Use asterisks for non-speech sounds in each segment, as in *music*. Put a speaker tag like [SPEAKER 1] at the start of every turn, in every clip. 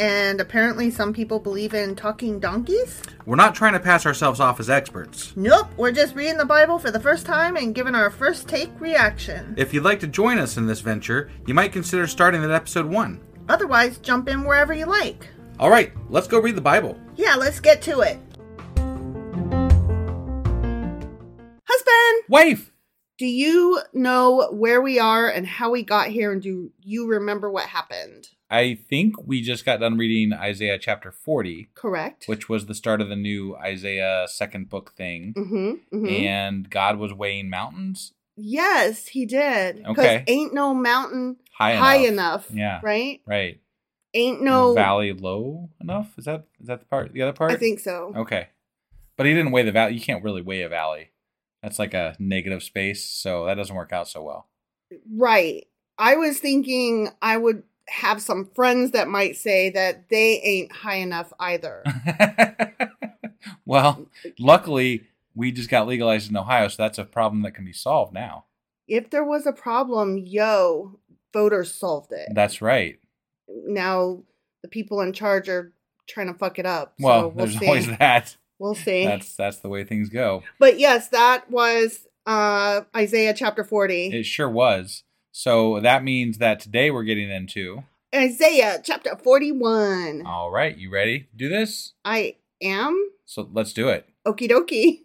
[SPEAKER 1] and apparently some people believe in talking donkeys?
[SPEAKER 2] We're not trying to pass ourselves off as experts.
[SPEAKER 1] Nope, we're just reading the Bible for the first time and giving our first take reaction.
[SPEAKER 2] If you'd like to join us in this venture, you might consider starting at episode 1.
[SPEAKER 1] Otherwise, jump in wherever you like.
[SPEAKER 2] All right, let's go read the Bible.
[SPEAKER 1] Yeah, let's get to it. Husband,
[SPEAKER 2] Wife!
[SPEAKER 1] do you know where we are and how we got here and do you remember what happened?
[SPEAKER 2] I think we just got done reading Isaiah chapter 40,
[SPEAKER 1] Correct?
[SPEAKER 2] which was the start of the new Isaiah second book thing.
[SPEAKER 1] Mm-hmm, mm-hmm.
[SPEAKER 2] And God was weighing mountains
[SPEAKER 1] yes, he did. 'Cause
[SPEAKER 2] Okay.
[SPEAKER 1] ain't no mountain
[SPEAKER 2] high,
[SPEAKER 1] high
[SPEAKER 2] enough.
[SPEAKER 1] enough,
[SPEAKER 2] Yeah.
[SPEAKER 1] right?
[SPEAKER 2] Right.
[SPEAKER 1] Ain't no
[SPEAKER 2] Valley low enough? Is that is that the part? The other part?
[SPEAKER 1] I think so.
[SPEAKER 2] Okay. But he didn't weigh the valley. You can't really weigh a valley. That's like a negative space, so that doesn't work out so well. *laughs*
[SPEAKER 1] Right. I was thinking I would have some friends that might say that they ain't high enough
[SPEAKER 2] *laughs*
[SPEAKER 1] either.
[SPEAKER 2] well, luckily we just got legalized in Ohio, so that's a problem that can be solved now.
[SPEAKER 1] if there was a problem, yo, voters solved it.
[SPEAKER 2] That's right.
[SPEAKER 1] now the people in charge are trying to fuck it up.
[SPEAKER 2] Well,
[SPEAKER 1] so we'll
[SPEAKER 2] there's
[SPEAKER 1] see.
[SPEAKER 2] always that.
[SPEAKER 1] We'll see.
[SPEAKER 2] That's that's the way things go.
[SPEAKER 1] but yes, that was uh Isaiah chapter 40.
[SPEAKER 2] It sure was. So that means that today we're getting into.
[SPEAKER 1] Isaiah chapter 41.
[SPEAKER 2] All right, you ready? Do this.
[SPEAKER 1] I am
[SPEAKER 2] So let's do it.
[SPEAKER 1] okie dokie.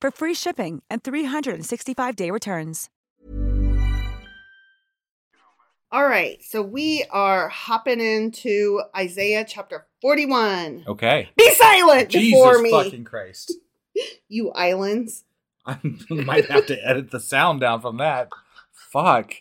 [SPEAKER 3] for free shipping and 365-day returns.
[SPEAKER 1] All right. So we are hopping into Isaiah chapter 41.
[SPEAKER 2] Okay.
[SPEAKER 1] Be silent before me,
[SPEAKER 2] Christ.
[SPEAKER 1] you islands.
[SPEAKER 2] *laughs* I might have to edit the sound down from that. Fuck.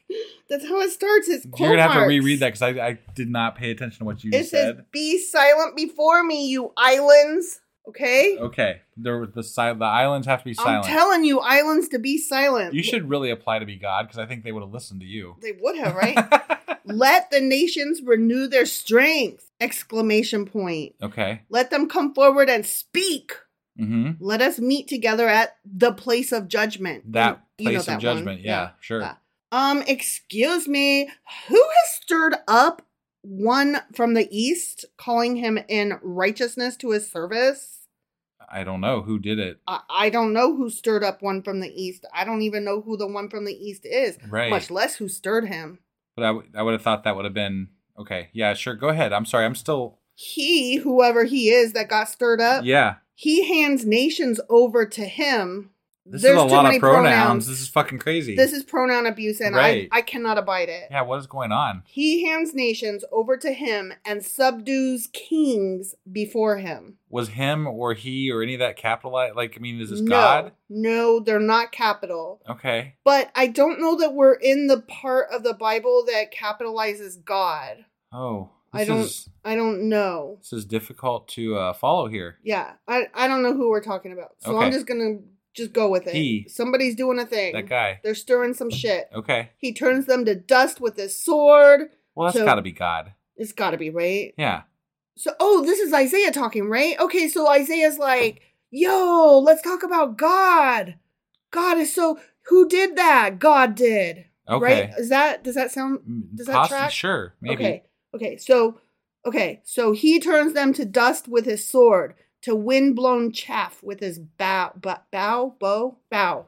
[SPEAKER 1] That's how it starts. It's
[SPEAKER 2] You're
[SPEAKER 1] quote
[SPEAKER 2] gonna have to
[SPEAKER 1] marks.
[SPEAKER 2] reread that because I, I did not pay attention to what you
[SPEAKER 1] It says,
[SPEAKER 2] said.
[SPEAKER 1] "Be silent before me, you islands." Okay,
[SPEAKER 2] Okay, there were the si- the islands have to Oh, be
[SPEAKER 1] I'm
[SPEAKER 2] silent.
[SPEAKER 1] telling you, islands to be silent.
[SPEAKER 2] you should really apply to be God because I think they would have listened to you.
[SPEAKER 1] They would
[SPEAKER 2] *laughs*
[SPEAKER 1] have, *laughs* right? Let the nations renew their strength! Exclamation point.
[SPEAKER 2] Okay.
[SPEAKER 1] Let them come forward and speak.
[SPEAKER 2] Mm-hmm.
[SPEAKER 1] Let us meet together at the place of judgment.
[SPEAKER 2] That
[SPEAKER 1] You- you know
[SPEAKER 2] place of
[SPEAKER 1] that one.
[SPEAKER 2] judgment. Yeah, sure.
[SPEAKER 1] that. Um, excuse me, who has stirred up one from the east, calling him in righteousness to his service?
[SPEAKER 2] I don't know who did it.
[SPEAKER 1] I, I don't know who stirred up one from the east. I don't even know who the one from the east is,
[SPEAKER 2] Right.
[SPEAKER 1] much less who stirred him.
[SPEAKER 2] But I, w- I would have thought that would have been okay. Yeah, sure. Go ahead. I'm sorry. I'm still.
[SPEAKER 1] He, whoever he is that got stirred up,
[SPEAKER 2] Yeah.
[SPEAKER 1] he hands nations over to him.
[SPEAKER 2] This
[SPEAKER 1] There's
[SPEAKER 2] is a
[SPEAKER 1] too
[SPEAKER 2] lot
[SPEAKER 1] many
[SPEAKER 2] of pronouns.
[SPEAKER 1] pronouns.
[SPEAKER 2] This is fucking crazy.
[SPEAKER 1] This is pronoun abuse, and
[SPEAKER 2] Right.
[SPEAKER 1] I, I cannot abide it.
[SPEAKER 2] yeah. What is going on?
[SPEAKER 1] He hands nations over to him and subdues kings before him.
[SPEAKER 2] Was him or he or any of that capitalized? Like, I mean, is this
[SPEAKER 1] no,
[SPEAKER 2] God?
[SPEAKER 1] No, they're not capital.
[SPEAKER 2] Okay.
[SPEAKER 1] But I don't know that we're in the part of the Bible that capitalizes God.
[SPEAKER 2] Oh,
[SPEAKER 1] I
[SPEAKER 2] this
[SPEAKER 1] don't
[SPEAKER 2] is
[SPEAKER 1] I don't know.
[SPEAKER 2] this is difficult to uh, follow here.
[SPEAKER 1] Yeah. I, I don't know who we're talking about. So I'm
[SPEAKER 2] Okay.
[SPEAKER 1] just gonna just go with it.
[SPEAKER 2] He.
[SPEAKER 1] Somebody's doing a thing.
[SPEAKER 2] That guy.
[SPEAKER 1] They're stirring some shit.
[SPEAKER 2] Okay.
[SPEAKER 1] He turns them to dust with his sword.
[SPEAKER 2] Well, that's
[SPEAKER 1] So-
[SPEAKER 2] got to be God.
[SPEAKER 1] It's gotta be right.
[SPEAKER 2] Yeah.
[SPEAKER 1] So, oh, this is Isaiah talking, right? Okay, so Isaiah's like, yo, let's talk about God. God is so. Who did that? God did.
[SPEAKER 2] Okay.
[SPEAKER 1] Right? Is that does that sound?
[SPEAKER 2] Mm,
[SPEAKER 1] Does that
[SPEAKER 2] possi-
[SPEAKER 1] track?
[SPEAKER 2] Sure. Maybe.
[SPEAKER 1] Okay. Okay. So, okay. So he turns them to dust with his sword, to wind-blown chaff with his bow, bow, bow, bow, bow,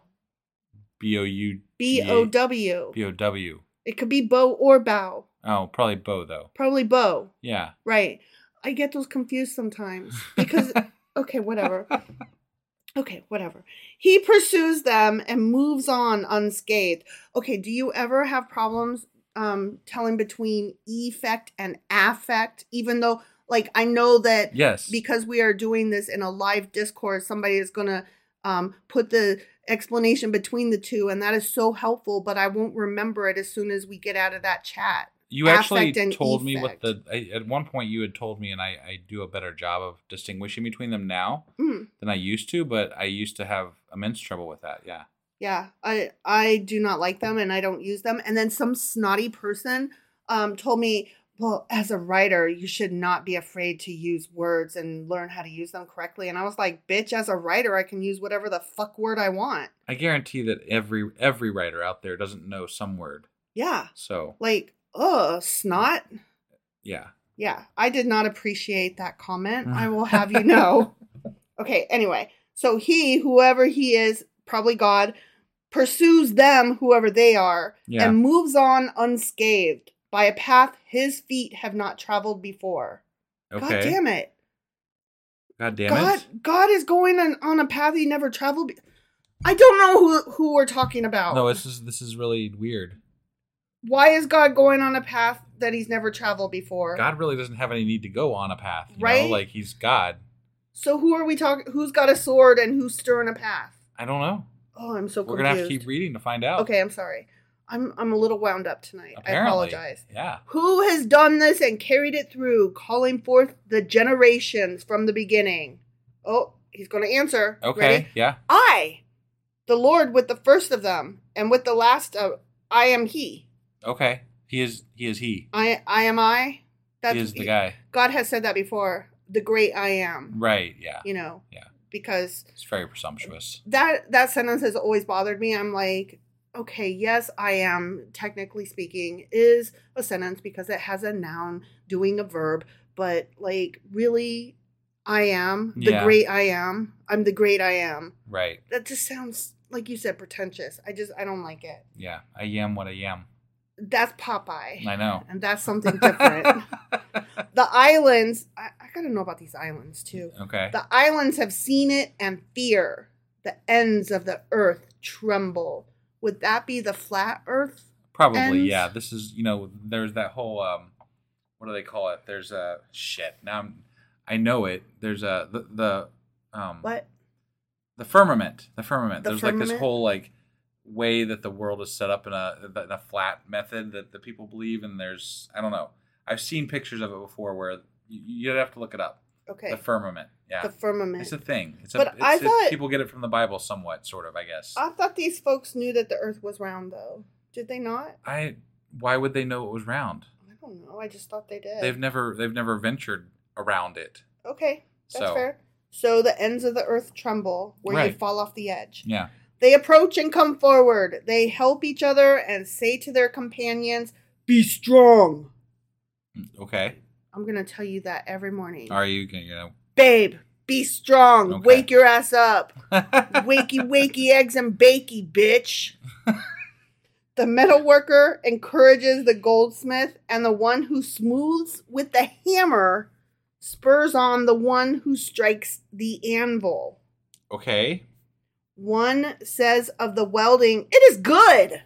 [SPEAKER 2] B o u
[SPEAKER 1] b o w.
[SPEAKER 2] B o w.
[SPEAKER 1] It could be bow or bow.
[SPEAKER 2] Oh, probably Bo though.
[SPEAKER 1] Probably bow.
[SPEAKER 2] Yeah.
[SPEAKER 1] Right. I get those confused sometimes because okay, whatever. Okay, whatever. He pursues them and moves on unscathed. Okay, do you ever have problems um telling between effect and affect even though like I know that
[SPEAKER 2] Yes.
[SPEAKER 1] because we are doing this in a live discourse somebody is going to um put the explanation between the two and that is so helpful but I won't remember it as soon as we get out of that chat.
[SPEAKER 2] you actually
[SPEAKER 1] affect and
[SPEAKER 2] told me what the
[SPEAKER 1] effect.
[SPEAKER 2] I, at one point you had told me, and I, I do a better job of distinguishing between them now
[SPEAKER 1] Mm.
[SPEAKER 2] than I used to, but I used to have immense trouble with that. Yeah.
[SPEAKER 1] Yeah, I I do not like them and I don't use them. And then some snotty person um told me, "Well, as a writer, you should not be afraid to use words and learn how to use them correctly." And I was like, "Bitch, as a writer, I can use whatever the fuck word I want."
[SPEAKER 2] I guarantee that every every writer out there doesn't know some word.
[SPEAKER 1] Yeah.
[SPEAKER 2] So
[SPEAKER 1] Like, "Oh, snot."
[SPEAKER 2] yeah.
[SPEAKER 1] Yeah, I did not appreciate that comment.
[SPEAKER 2] *laughs*
[SPEAKER 1] I will have you know. Okay, anyway. So he, whoever he is, probably God, pursues them, whoever they are,
[SPEAKER 2] Yeah.
[SPEAKER 1] and moves on unscathed by a path his feet have not traveled before.
[SPEAKER 2] Okay.
[SPEAKER 1] God damn it.
[SPEAKER 2] God damn
[SPEAKER 1] God
[SPEAKER 2] it.
[SPEAKER 1] God is going on, on a path he never traveled be- I don't know who who we're talking about.
[SPEAKER 2] No, this is this is really weird.
[SPEAKER 1] Why is God going on a path that he's never traveled before?
[SPEAKER 2] God really doesn't have any need to go on a path, you
[SPEAKER 1] Right?
[SPEAKER 2] Know? Like he's God.
[SPEAKER 1] So who are we talking who's got a sword and who's stirring a path?
[SPEAKER 2] I don't know.
[SPEAKER 1] Oh, I'm so
[SPEAKER 2] We're
[SPEAKER 1] confused.
[SPEAKER 2] gonna have to keep reading to find out.
[SPEAKER 1] Okay, I'm sorry. I'm I'm a little wound up tonight.
[SPEAKER 2] Oh.
[SPEAKER 1] I
[SPEAKER 2] Apparently.
[SPEAKER 1] apologize.
[SPEAKER 2] Yeah.
[SPEAKER 1] Who has done this and carried it through, calling forth the generations from the beginning? Oh, he's going to answer.
[SPEAKER 2] Okay.
[SPEAKER 1] Ready?
[SPEAKER 2] Yeah.
[SPEAKER 1] I, the Lord, with the first of them, and with the last of, I am He.
[SPEAKER 2] Okay. He is. He is he.
[SPEAKER 1] I I am I.
[SPEAKER 2] he is the guy.
[SPEAKER 1] God has said that before. The great I am.
[SPEAKER 2] Right. Yeah.
[SPEAKER 1] You know,
[SPEAKER 2] Yeah.
[SPEAKER 1] because
[SPEAKER 2] It's very presumptuous.
[SPEAKER 1] that that sentence has always bothered me. I'm like, okay, yes, I am technically speaking is a sentence because it has a noun doing a verb, but like really I am the
[SPEAKER 2] Yeah.
[SPEAKER 1] great I am. I'm the great I am.
[SPEAKER 2] Right.
[SPEAKER 1] That just sounds like you said pretentious. I just I don't like it.
[SPEAKER 2] Yeah. I am what I am.
[SPEAKER 1] That's Popeye.
[SPEAKER 2] I know.
[SPEAKER 1] And that's something different. the islands, I, I gotta know about these islands too.
[SPEAKER 2] *laughs* Okay.
[SPEAKER 1] The islands have seen it and fear. The ends of the earth tremble. Would that be the flat earth?
[SPEAKER 2] Probably.
[SPEAKER 1] ends.
[SPEAKER 2] Yeah. This is. You know. There's that whole. Um. What do they call it? There's a shit. Now I'm. I know it. There's a the the. Um,
[SPEAKER 1] What?
[SPEAKER 2] the firmament the firmament
[SPEAKER 1] The
[SPEAKER 2] there's like this
[SPEAKER 1] firmament?
[SPEAKER 2] whole like way that the world is set up in a in a flat method that the people believe, and there's I don't know. I've seen pictures of it before where you, you'd have to look it up.
[SPEAKER 1] Okay.
[SPEAKER 2] The firmament. Yeah.
[SPEAKER 1] The firmament.
[SPEAKER 2] It's a thing. It's
[SPEAKER 1] But
[SPEAKER 2] a, it's
[SPEAKER 1] I
[SPEAKER 2] a-
[SPEAKER 1] thought-
[SPEAKER 2] people get it from the Bible somewhat, sort of, I guess.
[SPEAKER 1] I thought these folks knew that the Earth was round, though. Did they not?
[SPEAKER 2] I why would they know it was round?
[SPEAKER 1] I don't know. I just thought they did.
[SPEAKER 2] They've never they've never ventured around it.
[SPEAKER 1] Okay, that's
[SPEAKER 2] So-
[SPEAKER 1] fair. So the ends of the earth tremble where you
[SPEAKER 2] Right.
[SPEAKER 1] fall off the edge.
[SPEAKER 2] Yeah.
[SPEAKER 1] They approach and come forward. They help each other and say to their companions, Be strong.
[SPEAKER 2] Okay.
[SPEAKER 1] I'm going to tell you that every morning.
[SPEAKER 2] Are you gonna you know
[SPEAKER 1] Babe, be strong.
[SPEAKER 2] Okay.
[SPEAKER 1] Wake your
[SPEAKER 2] *laughs*
[SPEAKER 1] ass up. wakey, wakey, eggs and bakey, bitch. the metal worker encourages the goldsmith, and the one who smooths with the hammer spurs on the one who strikes the anvil.
[SPEAKER 2] okay?
[SPEAKER 1] One says of the welding, it is good.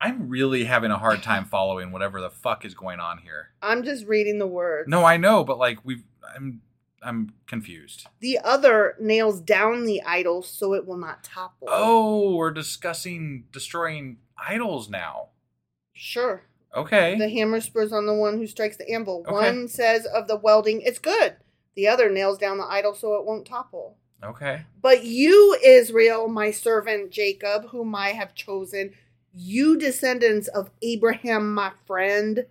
[SPEAKER 2] I'm really having a hard time following whatever the fuck is going on here.
[SPEAKER 1] I'm just reading the words.
[SPEAKER 2] No, I know, but like we've I'm I'm confused.
[SPEAKER 1] The other nails down the idol so it will not topple.
[SPEAKER 2] Oh, we're discussing destroying idols now.
[SPEAKER 1] Sure.
[SPEAKER 2] Okay.
[SPEAKER 1] The hammer spurs on the one who strikes the anvil.
[SPEAKER 2] Okay.
[SPEAKER 1] One says of the welding, it's good. The other nails down the idol so it won't topple.
[SPEAKER 2] okay.
[SPEAKER 1] But you, Israel, my servant Jacob, whom I have chosen, you descendants of Abraham, my friend,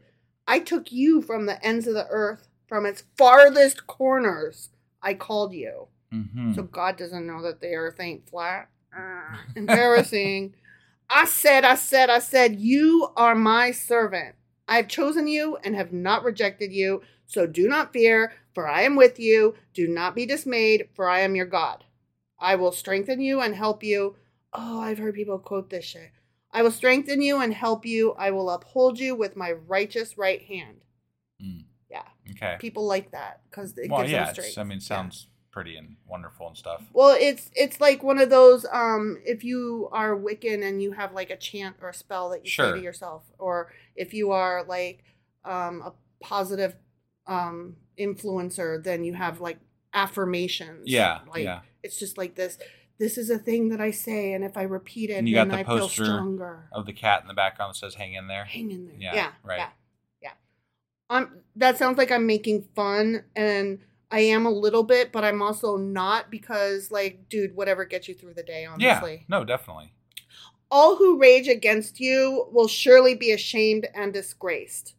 [SPEAKER 1] I took you from the ends of the earth, from its farthest corners, I called you.
[SPEAKER 2] Mm-hmm.
[SPEAKER 1] So God doesn't know that the earth ain't
[SPEAKER 2] *laughs*
[SPEAKER 1] flat. Ah, embarrassing. I said, I said, I said, you are my servant. I have chosen you and have not rejected you. So do not fear, for I am with you. Do not be dismayed, for I am your God. I will strengthen you and help you. Oh, I've heard people quote this shit. I will strengthen you and help you. I will uphold you with my righteous right hand.
[SPEAKER 2] Mm.
[SPEAKER 1] Yeah.
[SPEAKER 2] okay.
[SPEAKER 1] People like that because it
[SPEAKER 2] well,
[SPEAKER 1] gives
[SPEAKER 2] yeah.
[SPEAKER 1] them
[SPEAKER 2] It's,
[SPEAKER 1] strength.
[SPEAKER 2] I mean,
[SPEAKER 1] Yeah.
[SPEAKER 2] sounds pretty and wonderful and stuff.
[SPEAKER 1] Well, it's it's like one of those um if you are Wiccan and you have like a chant or a spell that you
[SPEAKER 2] Sure.
[SPEAKER 1] say to yourself or if you are like um a positive um influencer then you have like affirmations.
[SPEAKER 2] Yeah,
[SPEAKER 1] Like
[SPEAKER 2] yeah.
[SPEAKER 1] it's just like this this is a thing that I say and if I repeat it
[SPEAKER 2] And you got
[SPEAKER 1] then
[SPEAKER 2] the
[SPEAKER 1] I
[SPEAKER 2] poster
[SPEAKER 1] feel stronger.
[SPEAKER 2] Of the cat in the background that says "Hang in there."
[SPEAKER 1] Hang in there.
[SPEAKER 2] Yeah,
[SPEAKER 1] Yeah. Yeah.
[SPEAKER 2] right.
[SPEAKER 1] Yeah. Um, that sounds like I'm making fun, and I am a little bit, but I'm also not because, like, dude, whatever gets you through the day, honestly.
[SPEAKER 2] Yeah. No, definitely.
[SPEAKER 1] All who rage against you will surely be ashamed and disgraced.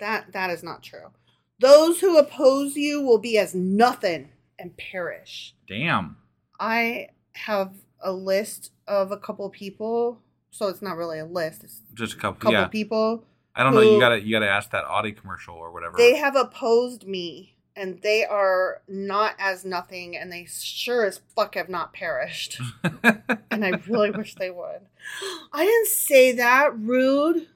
[SPEAKER 1] That that is not true. Those who oppose you will be as nothing and perish.
[SPEAKER 2] Damn.
[SPEAKER 1] I have a list of a couple people, so it's not really a list. It's
[SPEAKER 2] Just a
[SPEAKER 1] a
[SPEAKER 2] couple.
[SPEAKER 1] couple
[SPEAKER 2] yeah.
[SPEAKER 1] people.
[SPEAKER 2] I don't know. You
[SPEAKER 1] who-
[SPEAKER 2] gotta you gotta ask that Audi commercial or whatever. *laughs*
[SPEAKER 1] They have opposed me, and they are not as nothing, and they sure as fuck have not perished. and I really wish they would. I didn't say that, rude.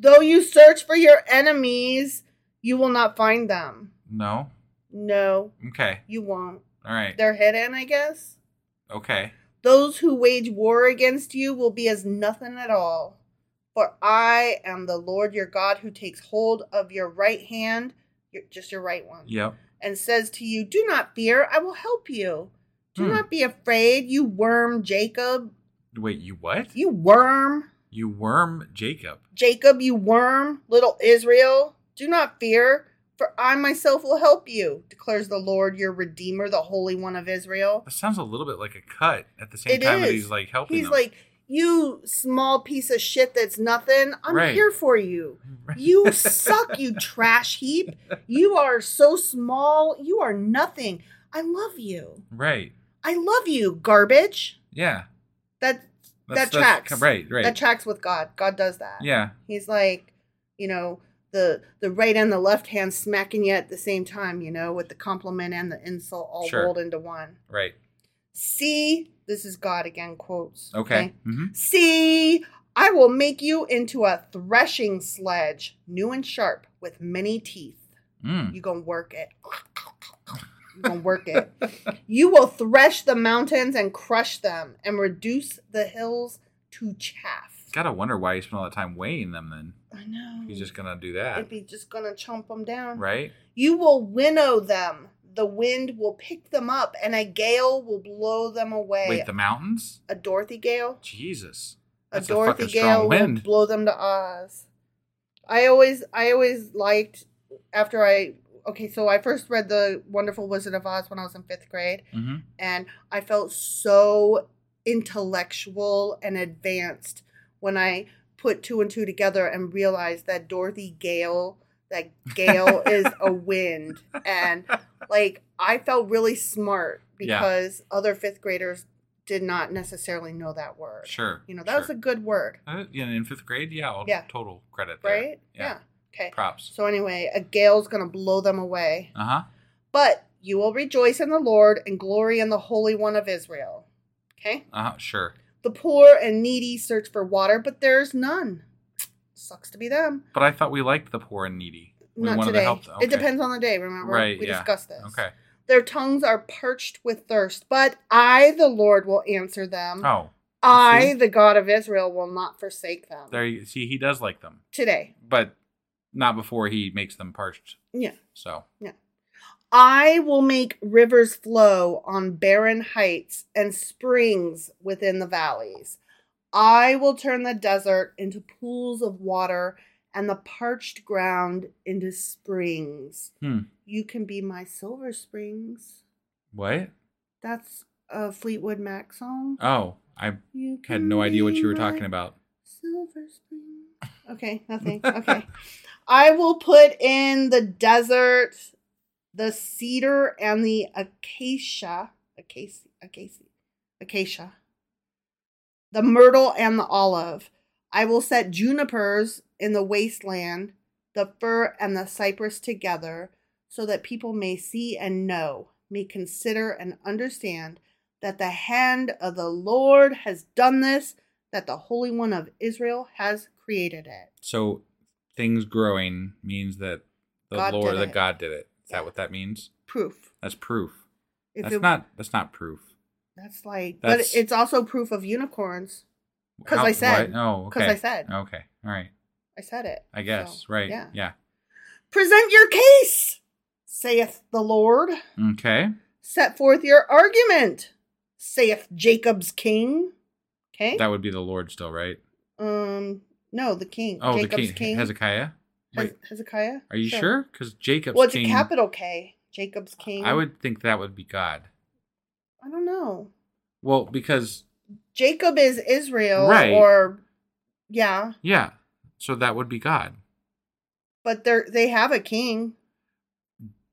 [SPEAKER 1] Though you search for your enemies, you will not find them.
[SPEAKER 2] no.
[SPEAKER 1] No,
[SPEAKER 2] Okay.
[SPEAKER 1] you won't.
[SPEAKER 2] All right.
[SPEAKER 1] They're hidden, I guess.
[SPEAKER 2] Okay.
[SPEAKER 1] Those who wage war against you will be as nothing at all. For I am the Lord your God who takes hold of your right hand, your, just your right one.
[SPEAKER 2] Yep.
[SPEAKER 1] and says to you, Do not fear, I will help you. Do
[SPEAKER 2] Hmm.
[SPEAKER 1] not be afraid, you worm Jacob.
[SPEAKER 2] Wait. You what?
[SPEAKER 1] You worm,
[SPEAKER 2] You worm Jacob.
[SPEAKER 1] Jacob, you worm, little Israel. Do not fear, for I myself will help you, declares the Lord your Redeemer, the Holy One of Israel.
[SPEAKER 2] That sounds a little bit like a cut at the same
[SPEAKER 1] It is.
[SPEAKER 2] time that he's like helping
[SPEAKER 1] He's
[SPEAKER 2] them.
[SPEAKER 1] like, You small piece of shit that's nothing. I'm
[SPEAKER 2] Right.
[SPEAKER 1] here
[SPEAKER 2] *laughs*
[SPEAKER 1] for you. You suck, you trash heap. You are so small. You are nothing. I love you.
[SPEAKER 2] right.
[SPEAKER 1] I love you, garbage.
[SPEAKER 2] Yeah.
[SPEAKER 1] That
[SPEAKER 2] That's- that's-
[SPEAKER 1] that tracks.
[SPEAKER 2] right, right.
[SPEAKER 1] That tracks with God. God does that.
[SPEAKER 2] Yeah.
[SPEAKER 1] He's like, you know, the the right and the left hand smacking you at the same time, you know, with the compliment and the insult all
[SPEAKER 2] Sure.
[SPEAKER 1] rolled into one.
[SPEAKER 2] Right.
[SPEAKER 1] See, this is God again quotes.
[SPEAKER 2] Okay. hmm
[SPEAKER 1] See, I will make you into a threshing sledge, new and sharp, with many teeth.
[SPEAKER 2] Mm.
[SPEAKER 1] You're going to work it. You're going to work
[SPEAKER 2] *laughs*
[SPEAKER 1] it. You will thresh the mountains and crush them and reduce the hills to chaff.
[SPEAKER 2] Gotta wonder why he spent all that time weighing them. Then
[SPEAKER 1] I know.
[SPEAKER 2] he's just gonna do that,
[SPEAKER 1] It'd be just going to chomp them down.
[SPEAKER 2] right?
[SPEAKER 1] You will winnow them, the wind will pick them up and a gale will blow them away.
[SPEAKER 2] Wait, the mountains?
[SPEAKER 1] a Dorothy gale?
[SPEAKER 2] Jesus.
[SPEAKER 1] A
[SPEAKER 2] That's
[SPEAKER 1] Dorothy
[SPEAKER 2] fucking
[SPEAKER 1] gale
[SPEAKER 2] strong
[SPEAKER 1] will
[SPEAKER 2] wind.
[SPEAKER 1] blow them to Oz. I always I always liked after I okay, so I first read The Wonderful Wizard of Oz when I was in 5th grade
[SPEAKER 2] hmm
[SPEAKER 1] and I felt so intellectual and advanced when I put two and two together and realized that Dorothy Gale, that
[SPEAKER 2] *laughs*
[SPEAKER 1] Gale is a wind, and like I felt really smart
[SPEAKER 2] Yeah.
[SPEAKER 1] because other fifth graders did not necessarily know that word.
[SPEAKER 2] Sure.
[SPEAKER 1] you know that was a
[SPEAKER 2] sure.
[SPEAKER 1] good word,
[SPEAKER 2] Uh, yeah, in fifth grade, yeah, I'll
[SPEAKER 1] Yeah.
[SPEAKER 2] total credit there.
[SPEAKER 1] right?
[SPEAKER 2] Yeah.
[SPEAKER 1] Okay.
[SPEAKER 2] Props.
[SPEAKER 1] So anyway, a gale's gonna blow them away,
[SPEAKER 2] Uh huh.
[SPEAKER 1] but you will rejoice in the Lord and glory in the Holy One of Israel. Okay.
[SPEAKER 2] Uh huh. Sure.
[SPEAKER 1] The poor and needy search for water, but there's none. Sucks to be them.
[SPEAKER 2] But I thought we liked the poor and needy. We
[SPEAKER 1] Not
[SPEAKER 2] wanted
[SPEAKER 1] today.
[SPEAKER 2] to help them.
[SPEAKER 1] It depends on the day, remember?
[SPEAKER 2] Right.
[SPEAKER 1] we
[SPEAKER 2] yeah.
[SPEAKER 1] discussed this.
[SPEAKER 2] Okay.
[SPEAKER 1] Their tongues are parched with thirst, but I, the Lord, will answer them.
[SPEAKER 2] Oh,
[SPEAKER 1] I,
[SPEAKER 2] see?
[SPEAKER 1] the God of Israel, will not forsake them.
[SPEAKER 2] there. You, see, he does like them,
[SPEAKER 1] Today.
[SPEAKER 2] but not before he makes them parched.
[SPEAKER 1] Yeah.
[SPEAKER 2] So
[SPEAKER 1] I will make rivers flow on barren heights and springs within the valleys. I will turn the desert into pools of water and the parched ground into springs.
[SPEAKER 2] Hmm.
[SPEAKER 1] You can be my silver springs.
[SPEAKER 2] What?
[SPEAKER 1] That's a Fleetwood Mac song.
[SPEAKER 2] Oh, I
[SPEAKER 1] You
[SPEAKER 2] had
[SPEAKER 1] can
[SPEAKER 2] no idea what
[SPEAKER 1] be
[SPEAKER 2] you were
[SPEAKER 1] my
[SPEAKER 2] talking about.
[SPEAKER 1] Silver springs. Okay, nothing. Okay. I will put in the desert, the cedar, and the acacia. Acacia. Acacia. Acacia. The myrtle and the olive. I will set junipers in the wasteland, the fir and the cypress together, so that people may see and know, may consider and understand that the hand of the Lord has done this, that the Holy One of Israel has created it.
[SPEAKER 2] So things growing means that the
[SPEAKER 1] God
[SPEAKER 2] Lord,
[SPEAKER 1] did
[SPEAKER 2] that
[SPEAKER 1] it.
[SPEAKER 2] God did it. Is
[SPEAKER 1] Yeah.
[SPEAKER 2] that what that means?
[SPEAKER 1] Proof.
[SPEAKER 2] That's proof.
[SPEAKER 1] If
[SPEAKER 2] that's
[SPEAKER 1] it-
[SPEAKER 2] not. That's not proof.
[SPEAKER 1] That's like,
[SPEAKER 2] That's-
[SPEAKER 1] but it's also proof of unicorns. 'Cause
[SPEAKER 2] How-
[SPEAKER 1] I said.
[SPEAKER 2] what? Oh, okay.
[SPEAKER 1] 'Cause I said.
[SPEAKER 2] Okay. All right.
[SPEAKER 1] I said it.
[SPEAKER 2] I guess.
[SPEAKER 1] So,
[SPEAKER 2] right.
[SPEAKER 1] Yeah.
[SPEAKER 2] Yeah.
[SPEAKER 1] Present your case, saith the Lord.
[SPEAKER 2] Okay.
[SPEAKER 1] Set forth your argument, saith Jacob's king. Okay.
[SPEAKER 2] That would be the Lord still, right?
[SPEAKER 1] um, no, the king.
[SPEAKER 2] Oh,
[SPEAKER 1] Jacob's
[SPEAKER 2] the king, Hezekiah.
[SPEAKER 1] Hez-
[SPEAKER 2] Wait,
[SPEAKER 1] Hezekiah.
[SPEAKER 2] are you sure? Because Jacob's
[SPEAKER 1] well, it's
[SPEAKER 2] king.
[SPEAKER 1] a capital K. Jacob's king.
[SPEAKER 2] I would think that would be God.
[SPEAKER 1] I don't know.
[SPEAKER 2] Well, because
[SPEAKER 1] Jacob is Israel,
[SPEAKER 2] Right.
[SPEAKER 1] Or yeah,
[SPEAKER 2] yeah, so that would be God.
[SPEAKER 1] but they are they have a king.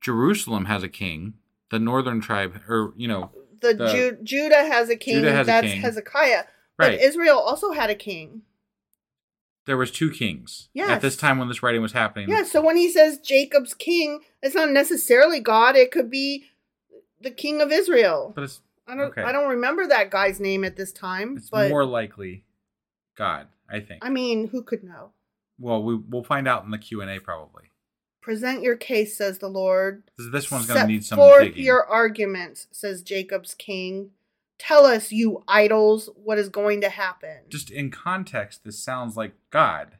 [SPEAKER 2] Jerusalem has a king. The northern tribe, or you know,
[SPEAKER 1] The,
[SPEAKER 2] The-
[SPEAKER 1] Ju- Judah has a king.
[SPEAKER 2] Judah has a
[SPEAKER 1] That's
[SPEAKER 2] king.
[SPEAKER 1] Hezekiah.
[SPEAKER 2] Right.
[SPEAKER 1] But Israel also had a king.
[SPEAKER 2] there was two kings at
[SPEAKER 1] Yes.
[SPEAKER 2] this time when this writing was happening.
[SPEAKER 1] Yeah, so when he says Jacob's king, it's not necessarily God. It could be the king of Israel.
[SPEAKER 2] but it's
[SPEAKER 1] I don't
[SPEAKER 2] okay.
[SPEAKER 1] I don't remember that guy's name at this time,
[SPEAKER 2] It's
[SPEAKER 1] but
[SPEAKER 2] more likely God, I think.
[SPEAKER 1] I mean, who could know?
[SPEAKER 2] well, we we'll find out in the Q and A probably.
[SPEAKER 1] Present your case, says the Lord.
[SPEAKER 2] 'Cause This one's going to
[SPEAKER 1] Set
[SPEAKER 2] need some
[SPEAKER 1] forth
[SPEAKER 2] digging.
[SPEAKER 1] your arguments, says Jacob's king. Tell us, you idols, what is going to happen.
[SPEAKER 2] Just in context, this sounds like God.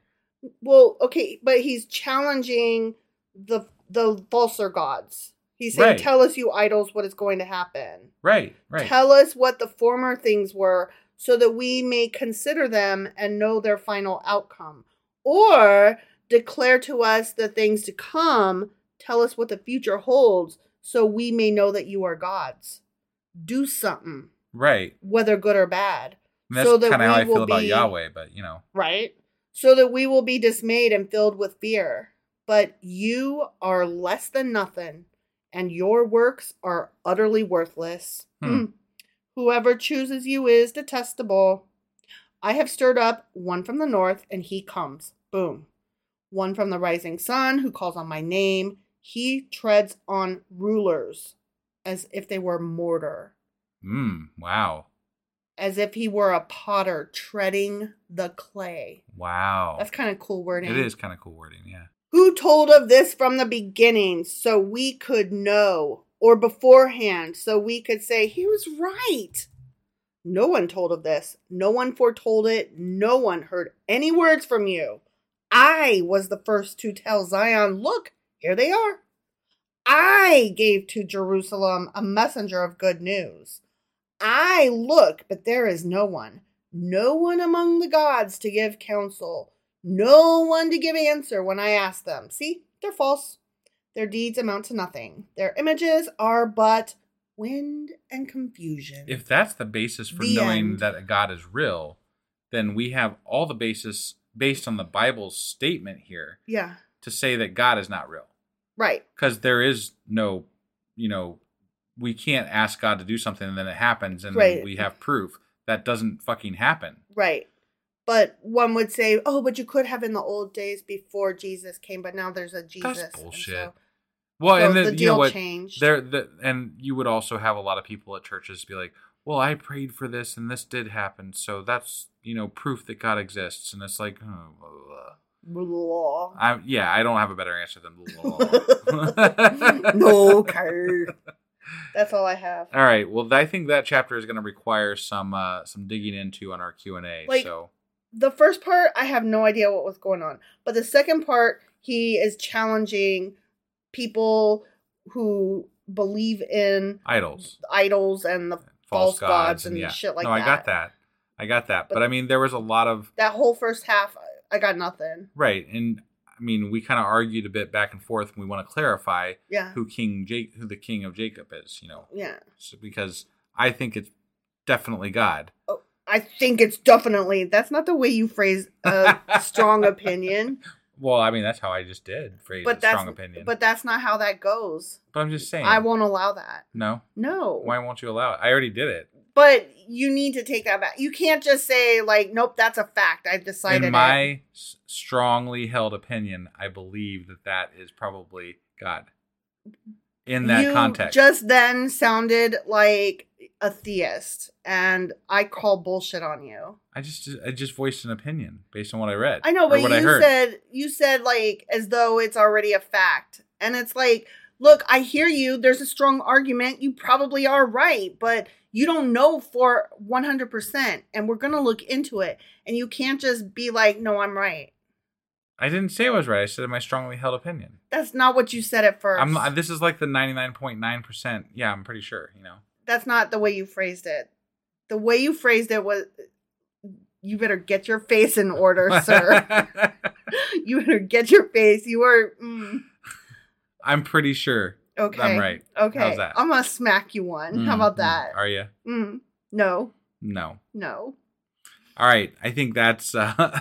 [SPEAKER 1] well, okay, but he's challenging the the falser gods. He's saying,
[SPEAKER 2] Right.
[SPEAKER 1] "Tell us, you idols, what is going to happen.
[SPEAKER 2] Right, right.
[SPEAKER 1] Tell us what the former things were, so that we may consider them and know their final outcome, or declare to us the things to come. Tell us what the future holds, so we may know that you are gods. Do something,
[SPEAKER 2] right.
[SPEAKER 1] whether good or bad,
[SPEAKER 2] And that's
[SPEAKER 1] so that
[SPEAKER 2] kind of
[SPEAKER 1] we
[SPEAKER 2] how I
[SPEAKER 1] will
[SPEAKER 2] feel about
[SPEAKER 1] be-
[SPEAKER 2] Yahweh, but you know,
[SPEAKER 1] right? So that we will be dismayed and filled with fear. But you are less than nothing, and your works are utterly worthless.
[SPEAKER 2] Hmm.
[SPEAKER 1] Mm. Whoever chooses you is detestable. I have stirred up one from the north, and he comes. Boom. One from the rising sun who calls on my name. He treads on rulers as if they were mortar
[SPEAKER 2] mm, wow,
[SPEAKER 1] as if he were a potter treading the clay.
[SPEAKER 2] wow.
[SPEAKER 1] That's kind of cool wording.
[SPEAKER 2] It is kind of cool wording, yeah.
[SPEAKER 1] Who told of this from the beginning so we could know, or beforehand so we could say, he was right? No one told of this. No one foretold it. No one heard any words from you. I was the first to tell Zion, look, here they are. I gave to Jerusalem a messenger of good news. I look, but there is no one, no one among the gods to give counsel, no one to give answer when I ask them. See, they're false. Their deeds amount to nothing. Their images are but wind and confusion.
[SPEAKER 2] If that's the basis for
[SPEAKER 1] The
[SPEAKER 2] knowing
[SPEAKER 1] end.
[SPEAKER 2] that a God is real, then we have all the basis based on the Bible's statement here
[SPEAKER 1] yeah,
[SPEAKER 2] to say that God is not real.
[SPEAKER 1] right.
[SPEAKER 2] Because there is no, you know, we can't ask God to do something and then it happens and
[SPEAKER 1] Right.
[SPEAKER 2] we have proof. That doesn't fucking happen.
[SPEAKER 1] Right. But one would say, oh, but you could have in the old days before Jesus came, but now there's a Jesus. and
[SPEAKER 2] That's bullshit.
[SPEAKER 1] so-
[SPEAKER 2] well,
[SPEAKER 1] so
[SPEAKER 2] and then
[SPEAKER 1] the
[SPEAKER 2] you know
[SPEAKER 1] deal
[SPEAKER 2] what?
[SPEAKER 1] changed.
[SPEAKER 2] There, the, and you would also have a lot of people at churches be like, "Well, I prayed for this, and this did happen, so that's you know proof that God exists." And it's like, oh, blah, blah,
[SPEAKER 1] Blah.
[SPEAKER 2] blah. I yeah, I don't have a better answer than
[SPEAKER 1] *laughs*
[SPEAKER 2] blah.
[SPEAKER 1] no care. That's all I have.
[SPEAKER 2] *laughs* All right. Well, I think that chapter is going to require some uh, some digging into on our Q and A.
[SPEAKER 1] Like-
[SPEAKER 2] So
[SPEAKER 1] The first part, I have no idea what was going on. But the second part, he is challenging people who believe in
[SPEAKER 2] idols,
[SPEAKER 1] idols and the false, gods, and
[SPEAKER 2] yeah.
[SPEAKER 1] shit like
[SPEAKER 2] no,
[SPEAKER 1] that.
[SPEAKER 2] I got that. I got that. But,
[SPEAKER 1] But-
[SPEAKER 2] I mean, there was a lot of
[SPEAKER 1] That whole first half, I got nothing.
[SPEAKER 2] right, and I mean, we kind of argued a bit back and forth. And we want to clarify.
[SPEAKER 1] Yeah.
[SPEAKER 2] who King Jake, who the king of Jacob is, you know,
[SPEAKER 1] Yeah.
[SPEAKER 2] so, because I think it's definitely God.
[SPEAKER 1] Oh, I think it's definitely. That's not the way you phrase
[SPEAKER 2] *laughs*
[SPEAKER 1] a strong opinion.
[SPEAKER 2] Well, I mean, that's how I just did phrase
[SPEAKER 1] But
[SPEAKER 2] a
[SPEAKER 1] that's
[SPEAKER 2] strong opinion.
[SPEAKER 1] But that's not how that goes.
[SPEAKER 2] But I'm just saying,
[SPEAKER 1] I won't allow that.
[SPEAKER 2] No,
[SPEAKER 1] No.
[SPEAKER 2] why won't you allow it? I already did it.
[SPEAKER 1] But you need to take that back. You can't just say like, "Nope, that's a fact. I've decided."
[SPEAKER 2] In
[SPEAKER 1] it."
[SPEAKER 2] my s- strongly held opinion, I believe that that is probably God. In that
[SPEAKER 1] You
[SPEAKER 2] context,
[SPEAKER 1] just then sounded like a theist, and I call bullshit on you.
[SPEAKER 2] I just I just voiced an opinion based on what I read.
[SPEAKER 1] I know,
[SPEAKER 2] or
[SPEAKER 1] but
[SPEAKER 2] what I
[SPEAKER 1] you
[SPEAKER 2] heard.
[SPEAKER 1] said you said like as though it's already a fact, and it's like, look, I hear you. There's a strong argument. You probably are right, but you don't know for 100, percent and we're gonna look into it. And you can't just be like, no, I'm right.
[SPEAKER 2] I didn't say I was right. I said my strongly held opinion.
[SPEAKER 1] That's not what you said at 1st
[SPEAKER 2] I'm not- this is like the 99.9%. Yeah, I'm pretty sure, you know.
[SPEAKER 1] That's not the way you phrased it. The way you phrased it was, you better get your face in order,
[SPEAKER 2] *laughs*
[SPEAKER 1] sir. *laughs* you better get your face. You are. Mm.
[SPEAKER 2] I'm pretty sure.
[SPEAKER 1] Okay.
[SPEAKER 2] I'm right.
[SPEAKER 1] Okay.
[SPEAKER 2] How's that?
[SPEAKER 1] I'm gonna smack you one. *laughs* How
[SPEAKER 2] Mm,
[SPEAKER 1] about that?
[SPEAKER 2] Are you?
[SPEAKER 1] Mm. No.
[SPEAKER 2] No.
[SPEAKER 1] No.
[SPEAKER 2] All right. I think that's uh,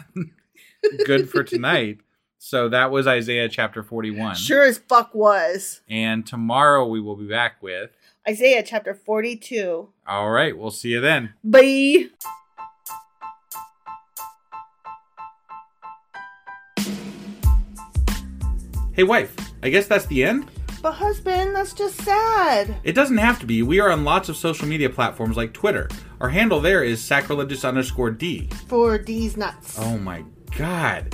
[SPEAKER 2] *laughs* good for tonight. So that was Isaiah chapter 41.
[SPEAKER 1] Sure as fuck was.
[SPEAKER 2] And tomorrow we will be back with.
[SPEAKER 1] Isaiah chapter 42.
[SPEAKER 2] All right. We'll see you then.
[SPEAKER 1] Bye.
[SPEAKER 2] Hey, wife. I guess that's the end?
[SPEAKER 1] But husband, that's just sad.
[SPEAKER 2] It doesn't have to be. We are on lots of social media platforms like Twitter. Our handle there is sacrilegious underscore D.
[SPEAKER 1] For these nuts.
[SPEAKER 2] Oh my God.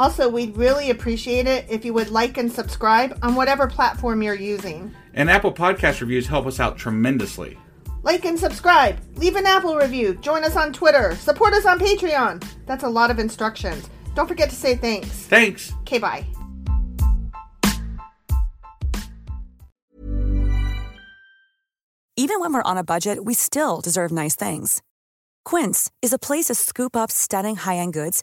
[SPEAKER 1] Also, we'd really appreciate it if you would like and subscribe on whatever platform you're using.
[SPEAKER 2] And Apple Podcast reviews help us out tremendously.
[SPEAKER 1] Like and subscribe. Leave an Apple review. Join us on Twitter. Support us on Patreon. That's a lot of instructions. Don't forget to say thanks.
[SPEAKER 2] Thanks!
[SPEAKER 1] Okay, bye.
[SPEAKER 3] Even when we're on a budget, we still deserve nice things. Quince is a place to scoop up stunning high-end goods